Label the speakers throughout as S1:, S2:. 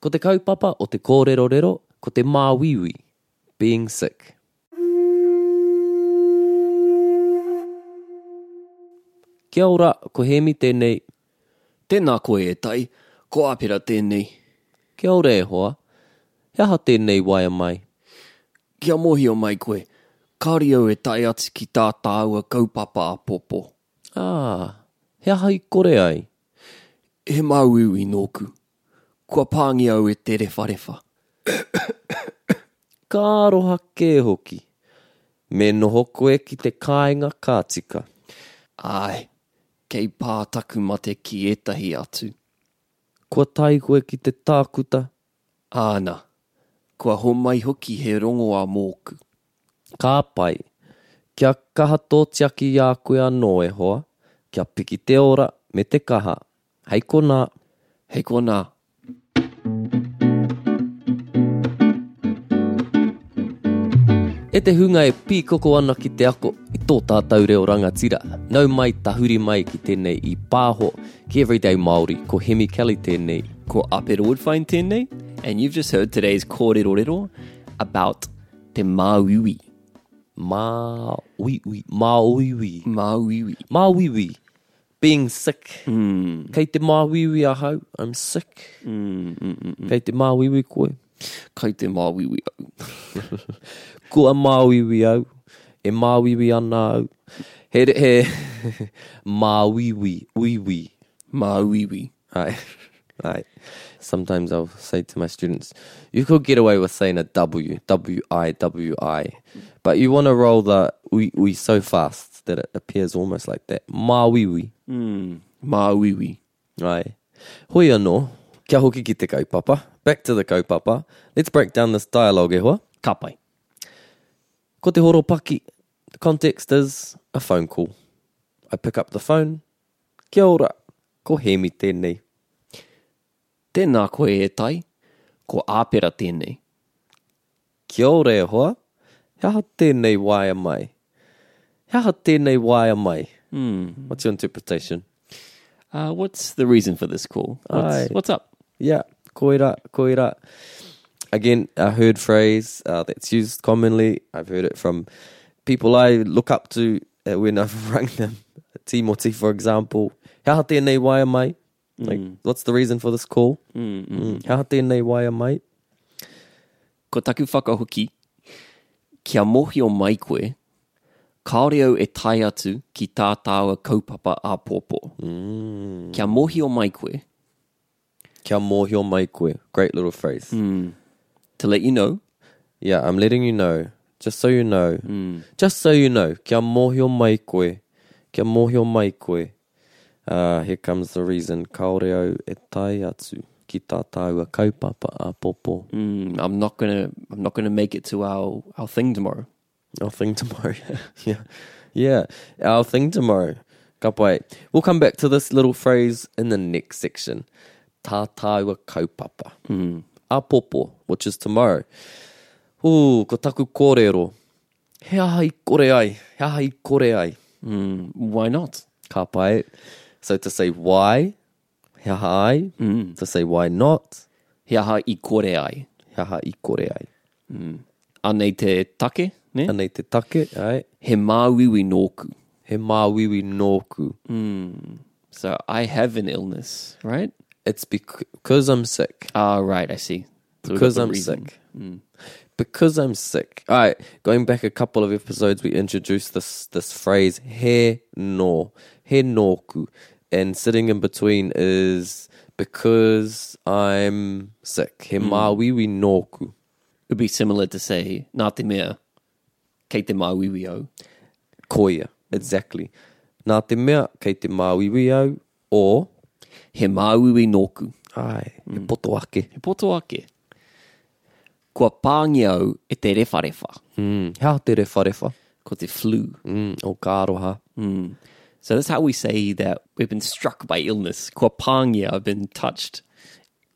S1: Ko te kaupapa o te kōrero-rero, ko te māwiwi, being sick. Kia ora, ko Hemi tēnei.
S2: Tēnā koe e tai, ko āpera tēnei.
S1: Kia ora e hoa. He aha tēnei waia mai.
S2: Kia mōhio mai koe, kāri au e tai atu ki tā tāua kaupapa a popo.
S1: Ah, he aha i kore ai.
S2: He māu i nōku. Kua pāngi au e te rewharewa.
S1: Kā roha kē hoki. Me noho koe ki te kāinga kātika.
S2: Ai, kei pātaku ma te ki etahi atu.
S1: Kua tai koe ki te tākuta.
S2: Āna, kua homai hoki he rongo a mōku.
S1: Kā pai. Kia kaha tō tiaki iā koe anō e hoa. Kia piki te ora me te kaha. Hei kona.
S2: Hei kona,
S1: E te hunga e pīkoko ana ki te ako i tō tātau reo rangatira. Nau mai tahuri mai ki tēnei i pāho ki Everyday Māori ko Hemi Kelly tēnei.
S2: ko Apero Woodfine tēnei, and you've just heard today's kōrerorero about te māuiwi.
S1: Mā uiwi, mā uiwi,
S2: Māuiwi.
S1: mā uiwi, being sick.
S2: Hmm.
S1: Mm. Kei te mā uiwi ahau, I'm sick. Mm, mm, mm, Kei te mā uiwi koe.
S2: hmm, Kei te māuiwi au.
S1: Kua mā uiwi au, e mā uiwi ana au. He, he, mā uiwi, uiwi.
S2: Māuiwi.
S1: I, I, sometimes I'll say to my students, you could get away with saying a W, W I W I, but you want to roll the we we so fast that it appears almost like that. Mawiwi,
S2: Māuiwi.
S1: right? Hoi anō, kia hoki ki te kaupapa. Back to the kaupapa. Let's break down this dialogue, e hoa.
S2: Ka pai.
S1: Ko te horopaki. The context is a phone call. I pick up the phone. Kia ora. Ko hemi tēnei.
S2: Tēnā koe e tai, ko āpera tēnei.
S1: Kia ora e hoa. He aha tēnei waia mai. He aha tēnei waia mai. Mm. What's your interpretation?
S2: Uh, what's the reason for this call?
S1: Ai.
S2: What's, what's up?
S1: Yeah, koira, koira. Again, a heard phrase uh, that's used commonly. I've heard it from people I look up to uh, when I've rung them. Timothy, for example. He aha tēnei waia mai. Like, what's the reason for this call? Mm, mm. He aha tēnei waia mai.
S2: Ko taku whakahoki, kia mōhio mai koe, kaore au e tai atu ki tā tāua kaupapa āpōpō. Mm. Kia mōhio mai koe,
S1: Kia mōhio mai koe. Great little phrase.
S2: to let you know,
S1: Yeah, I'm letting you know. Just so you know. Just so you know. Kia mōhio mai koe. Kia mōhio mai koe. Uh, here comes the reason. Kaore au e tai atu ki tā tāua kaupapa a popo.
S2: mm, I'm not gonna I'm not gonna make it to our our thing tomorrow.
S1: Our thing tomorrow. yeah. Yeah. Our thing tomorrow. Ka pai. We'll come back to this little phrase in the next section. Tā tāua kaupapa.
S2: Hmm.
S1: Mm. A popo, which is tomorrow. Ooh, ko taku kōrero. He aha i kore ai. He aha i kore ai.
S2: Mm, why not?
S1: Ka pai. So to say why, he aha ai.
S2: Hmm.
S1: Mm. To say why not,
S2: He aha i kore ai.
S1: he aha i kore ai.
S2: Anei te take, ne?
S1: Yeah. Anei te take, ai.
S2: He māwiwi nōku.
S1: He māwiwi nōku.
S2: So I have an illness, right?
S1: It's because I'm sick.
S2: Ah, right, I see. So we've got
S1: because
S2: the
S1: I'm
S2: reason.
S1: sick. Because I'm sick. All right, going back a couple of episodes, we introduced this this phrase he no he noku, and sitting in between is because I'm sick. He mawiwi noku.
S2: It would be similar to say, nā te mea, kei te māwiwi au.
S1: Koia exactly. Nā te mea kei te mawiwi au, or
S2: he māui nōku.
S1: Ai, e poto ake.
S2: He poto ake. Kua pāngi au e te rewharewa,
S1: Mm. Hea te rewharewha.
S2: ko te flu.
S1: Mm. O ka aroha.
S2: Mm. So that's how we say that we've been struck by illness. Kua pāngia, I've been touched.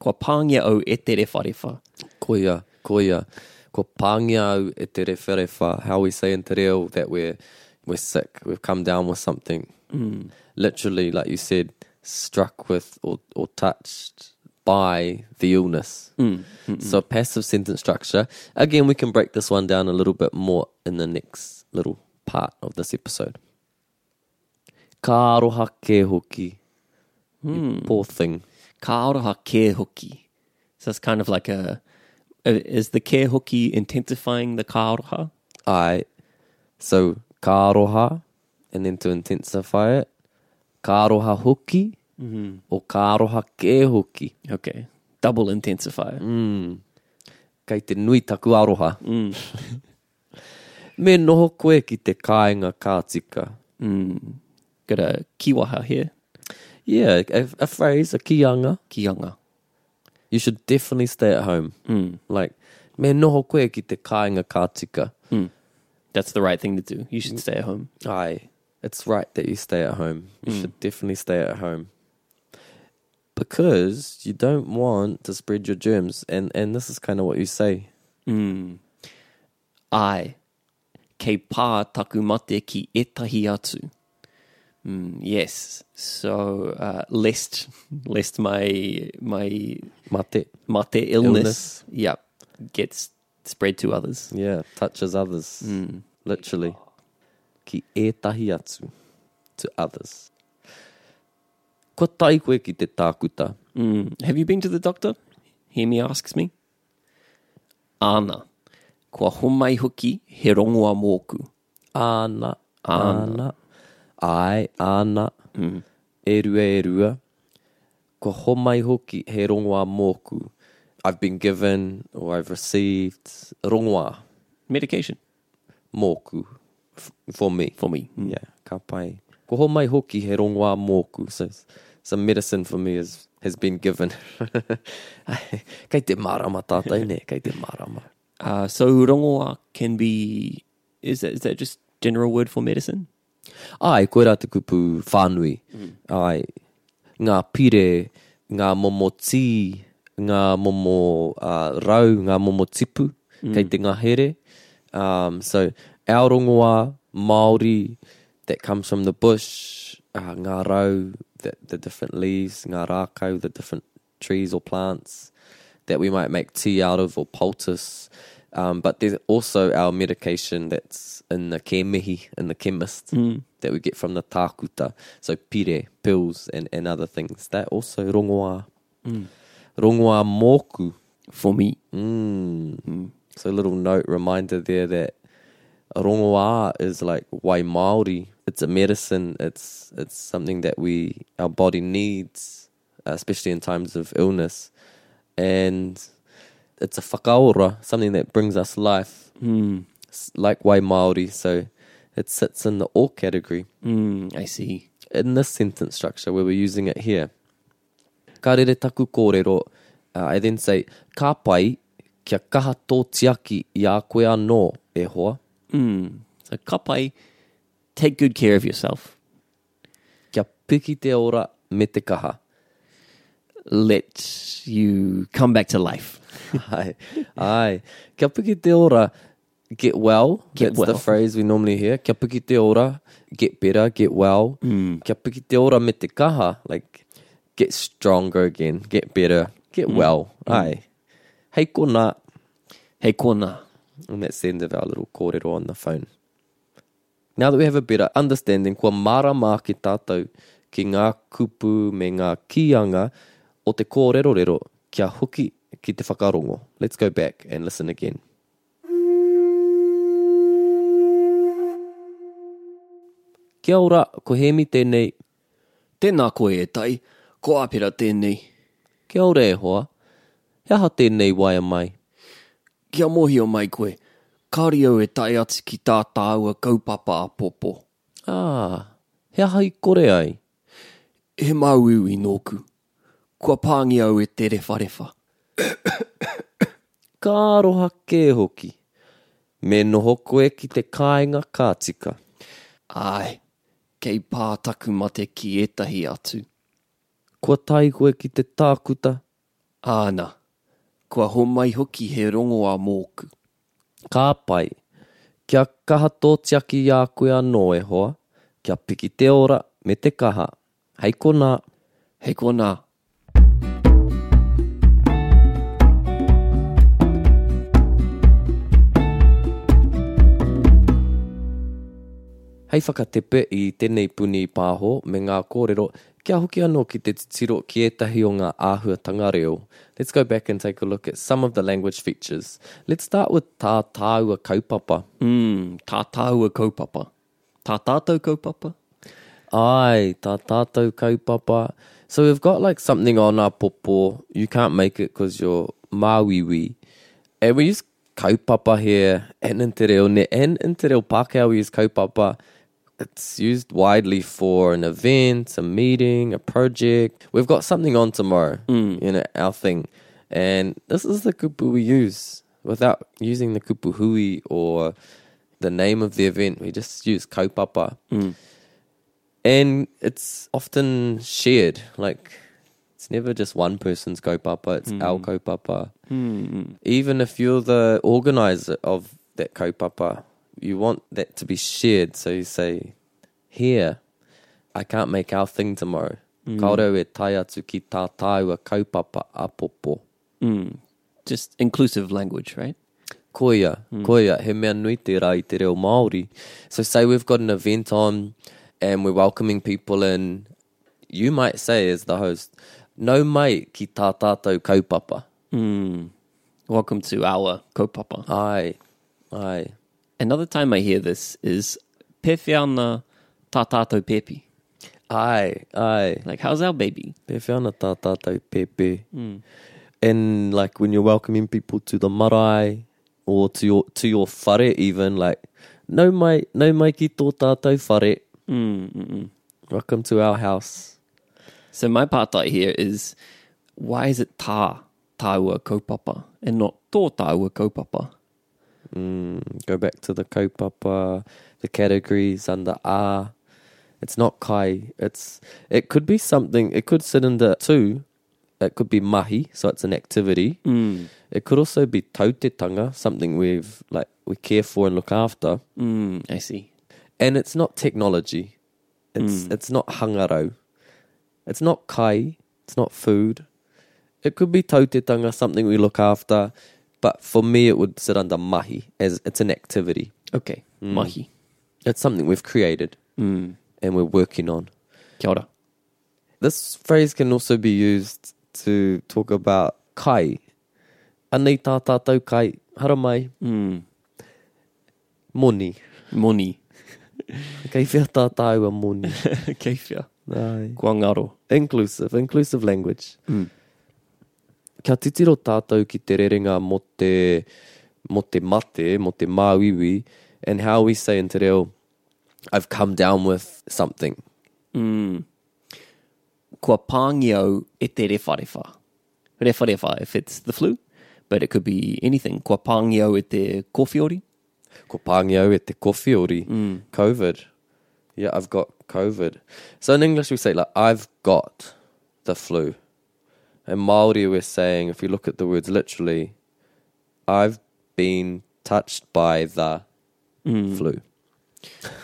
S2: Kua pāngia au e te rewharewa.
S1: Koia, koia. Ko pāngia au e te rewherewha. How we say in te reo that we're, we're sick. We've come down with something. Mm. Literally, like you said, struck with or, or touched by the illness. Mm. So passive sentence structure. Again, we can break this one down a little bit more in the next little part of this episode. Ka aroha ke hoki. You poor thing.
S2: Ka aroha ke hoki. So it's kind of like a, is the ke hoki intensifying the ka aroha?
S1: I so karoha and then to intensify it karoha hoki or karoha ke hoki
S2: Mm-hmm.
S1: Mm.
S2: Okay. Double intensifier.
S1: kei te nui taku aroha
S2: Mm.
S1: me noho koe ki te kāinga kātika
S2: Got a Mm. kiwaha here.
S1: yeah a, a phrase a kianga
S2: Kianga. Mm.
S1: you should definitely stay at home like me noho koe ki te kāinga kātika
S2: Mm. That's the right thing to do. You should
S1: Mm.
S2: stay at home.
S1: Aye, it's right that you stay at home. You should definitely stay at home because you don't want to spread your germs. And and this is kind of what you say.
S2: ai kei pā taku mate ki etahi atu. Mm, yes, so uh, lest lest my my
S1: Mate,
S2: mate illness, yeah gets spread to others.
S1: yeah, touches others literally. Ki etahi atu to others. Ko tai koe ki te tākuta.
S2: Mm. Have you been to the doctor? Hear me asks me. Ana, kua homai hoki he rongoa mōku.
S1: Ana, ana, ai, ana,
S2: Mm-hmm.
S1: e rua, e rua. Ko homai hoki he rongoā mōku. I've been given or I've received rongoā
S2: Medication
S1: mōku f- for me.
S2: for me. Mm.
S1: Yeah, ka pai. Ko homai hoki he rongoā mōku. So some medicine for me is, has been given. Ai, Kei te marama tātai ne, kei te marama.
S2: Uh, so rongoa can be, is that, is that just general word for medicine?
S1: Ai, koe rā te kupu whānui. Ai, ngā pire, ngā momo tī, ngā momo uh, rau, ngā momo tipu, kei te ngahere. Um, so, our rongoā, Māori, that comes from the bush, uh, ngā rau, the, the different leaves, ngā rākau, the different trees or plants that we might make tea out of or poultice. Um, but there's also our medication that's in the kemihi, in the chemist, that we get from the takuta. So pire, pills and, and other things. That also rongoa. Rongoa moku.
S2: For me.
S1: Mm. So a little note reminder there that rongoā is like wai Māori. It's a medicine. It's it's something that we our body needs, uh, especially in times of illness, and it's a whakaora, something that brings us life, mm. like wai Māori. So it sits in the or category
S2: Mm, I see.
S1: in this sentence structure where we're using it here. Ka rere taku kōrero. Uh, I then say, ka pai kia kaha tō tiaki i a koe anō e hoa.
S2: So kapai, take good care of yourself.
S1: Kia piki te ora me te kaha.
S2: Let you come back to life.
S1: ai, ai. Kia piki te ora, get well.
S2: Get
S1: That's
S2: well.
S1: the phrase we normally hear. Kia piki te ora, get better, get well.
S2: Hmm.
S1: Kia piki te ora me te kaha, like get stronger again, get better, get
S2: Hmm.
S1: well. Ai. Hei kona,
S2: Hei kona.
S1: And that's the end of our little kōrero on the phone. Now that we have a better understanding, kua marama ki tātou ki ngā kupu me ngā kianga o te kōrero rero kia hoki ki te whakarongo. Let's go back and listen again. Kia ora, ko hemi tēnei.
S2: Tēnā koe e tai, ko apira tēnei.
S1: Kia ora e hoa. Hea ha tēnei waia mai.
S2: Kia mohi o mai koe, kāri au e tai atu ki tā tāua kaupapa a popo.
S1: Ah, hea hai kore ai.
S2: He mau iwi nōku. Kua pāngi au e te rewharewa.
S1: Kā roha kē hoki. Me noho koe ki te kāinga kātika.
S2: Ai, kei pātaku ma te ki etahi atu.
S1: Kua tai koe ki te tākuta.
S2: Āna, kua homai hoki he rongo a mōku.
S1: Kā pai. Kia kaha tō tiaki iā koe anō e hoa. Kia piki te ora me te kaha. Hei ko nā.
S2: Hei kona,
S1: Hei whakatepe i tēnei puni i pāho me ngā kōrero. Kia hoki anō ki te titiro ki ētahi o ngā āhuatanga reo. Let's go back and take a look at some of the language features. Let's start with tā tāua kaupapa.
S2: mm, tā tāua kaupapa. Tā tātou kaupapa?
S1: Ai, tā tātou kaupapa. So we've got like something on our popo. You can't make it because you're Māwiwi. And we use kaupapa here and in te reo ne. And in te reo Pākehā we use kaupapa. It's used widely for an event, a meeting, a project. We've got something on tomorrow, you know, our thing. And this is the kupu we use without using the kupu hui or the name of the event. We just use kaupapa and it's often shared. Like it's never just one person's kaupapa; it's our kaupapa. Even if you're the organizer of that kaupapa, you want that to be shared. So you say, "Here, I can't make our thing tomorrow." Mm. Kaore e taiatsu ki tā taiwa kaupapa apopo.
S2: Mm, Just inclusive language, right?
S1: Koia, koia, he mea nui te rā i te reo Māori. So say we've got an event on and we're welcoming people in, you might say as the host, no mai ki tā tātou kaupapa.
S2: Welcome to our kaupapa.
S1: Ai, ai.
S2: Another time I hear this is pewhiana tā tātou pepi.
S1: Ai, ai.
S2: Like, how's our baby?
S1: Pe whiana tā tātou pepe. And like when you're welcoming people to the marae or to your to your whare even, like, no mai, no mai ki tō tātou whare. Mm, mm, mm. Welcome to our house.
S2: So my part right here is, why is it tā tāua kaupapa and not tō tāua kaupapa?
S1: go back to the kaupapa, the categories under R. It's not kai. It's it could be something. It could sit under two. It could be mahi, so it's an activity. Mm. It could also be tautetanga, something we've like we care for and look after.
S2: Mm, I see.
S1: And it's not technology. It's it's not hangaro. It's not kai. It's not food. It could be tautetanga, something we look after. But for me, it would sit under mahi as it's an activity.
S2: Okay, mahi.
S1: It's something we've created and we're working on.
S2: Kia ora.
S1: This phrase can also be used to talk about kai. Anei tā tātou kai, haramai.
S2: Mm.
S1: Moni.
S2: Moni.
S1: Kei whia tā tāua moni.
S2: Kei whia.
S1: Ai.
S2: Kua ngaro.
S1: Inclusive, inclusive language. Kia titiro tātou ki te rerenga mo te, mo te mate, mo te māwiwi, and how we say in te reo, I've come down with something.
S2: kua pāngi au e te rewharewha. Rewharewha if it's the flu, but it could be anything. Kua pāngi au e te kōwhiori.
S1: Ko pāngi au e te kofi ori. COVID. Yeah, I've got COVID. So in English we say like, I've got the flu. In Māori we're saying, if you look at the words literally, I've been touched by the flu.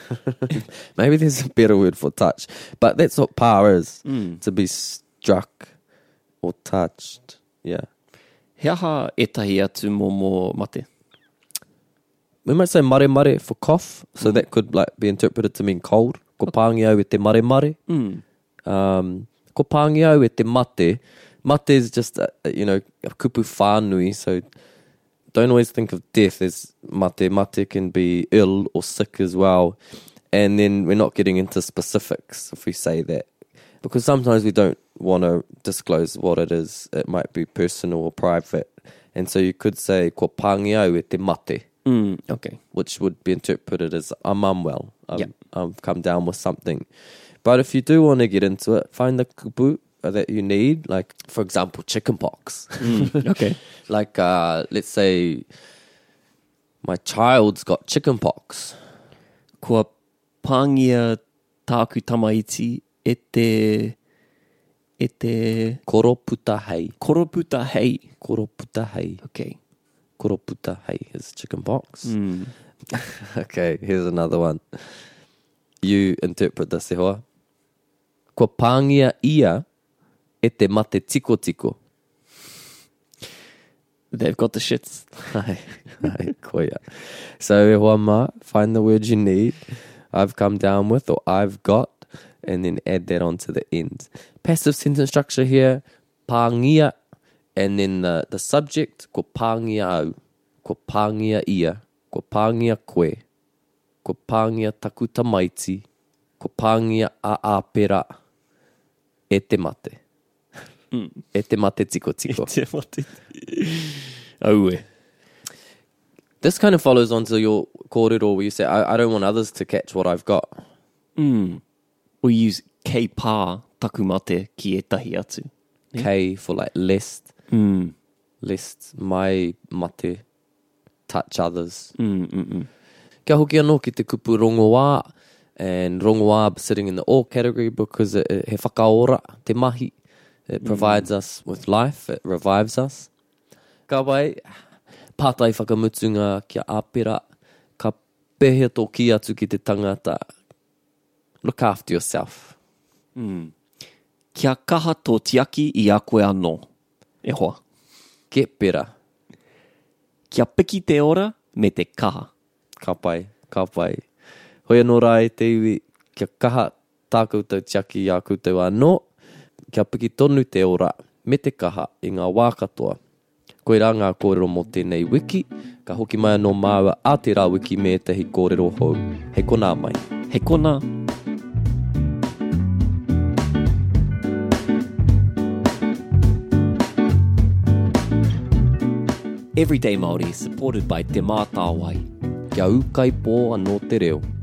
S1: Maybe there's a better word for touch, but that's what pa is. To be struck or touched. Yeah.
S2: He aha e tahi atu mō mō mate.
S1: We might say mare mare for cough, so that could like be interpreted to mean cold. Ko pāngi au e te mare mare. Um, ko pāngi au e te mate. Mate is just, a, a, you know, a kupu whānui, so don't always think of death as mate. Mate can be ill or sick as well. And then we're not getting into specifics if we say that. Because sometimes we don't want to disclose what it is. It might be personal or private. And so you could say, ko pāngi au e te mate
S2: Mm, okay.
S1: which would be interpreted as I'm unwell. I've,
S2: Yep.
S1: I've come down with something. But if you do want to get into it, find the kupu that you need, like for example, chickenpox.
S2: Mm. okay.
S1: like uh, let's say my child's got chickenpox.
S2: Kua pāngia tāku tamaiti e te, e te
S1: Koroputa hei.
S2: koroputa hei.
S1: Koroputa hei.
S2: Okay. Mm.
S1: Koroputa hei is chickenpox. okay, here's another one. You interpret this, e hoa. Kua pāngia ia e te mate tiko tiko.
S2: They've got the shits.
S1: Ai, ai, koia. So e hoa mā, find the word you need, I've come down with, or I've got, and then add that on to the end. Passive sentence structure here, pāngia, and then the, the subject, ko pāngia au, ko pāngia ia, ko pāngia koe, ko pāngia takuta maiti, ko pāngia a āpera, e te mate.
S2: Mm.
S1: E te mate tiko tiko.
S2: Te mate. Aue.
S1: This kind of follows onto your corridor where you say, I, I don't want others to catch what I've got.
S2: We use kei pā taku mate ki etahi atu.
S1: K for like lest, lest my mate, touch others. Mm, mm, mm. Kia hoki anō ki te kupu rongoā, and rongoā sitting in the all category because it, it, he whakaora, te mahi. It provides us with life, it revives us. Ka wai, pātai whakamutunga kia āpera, ka pehe tō ki atu ki te tangata. Look after yourself.
S2: Kia kaha tō tiaki i a koe anō. E hoa.
S1: Get better.
S2: Kia piki te ora me te kaha.
S1: ka pai, ka pai. Hoi anō rā e te iwi, kia kaha tā koutou tiaki i a koutou anō, kia piki tonu te ora, me te kaha i ngā wā katoa. Koe rā ngā kōrero mō tēnei wiki, ka hoki mai anō māua a te rā wiki me te hi kōrero hou. Hei kona mai.
S2: He kona. Everyday Māori is supported by Te Mātāwai.
S1: Kia ukai pō anō te reo.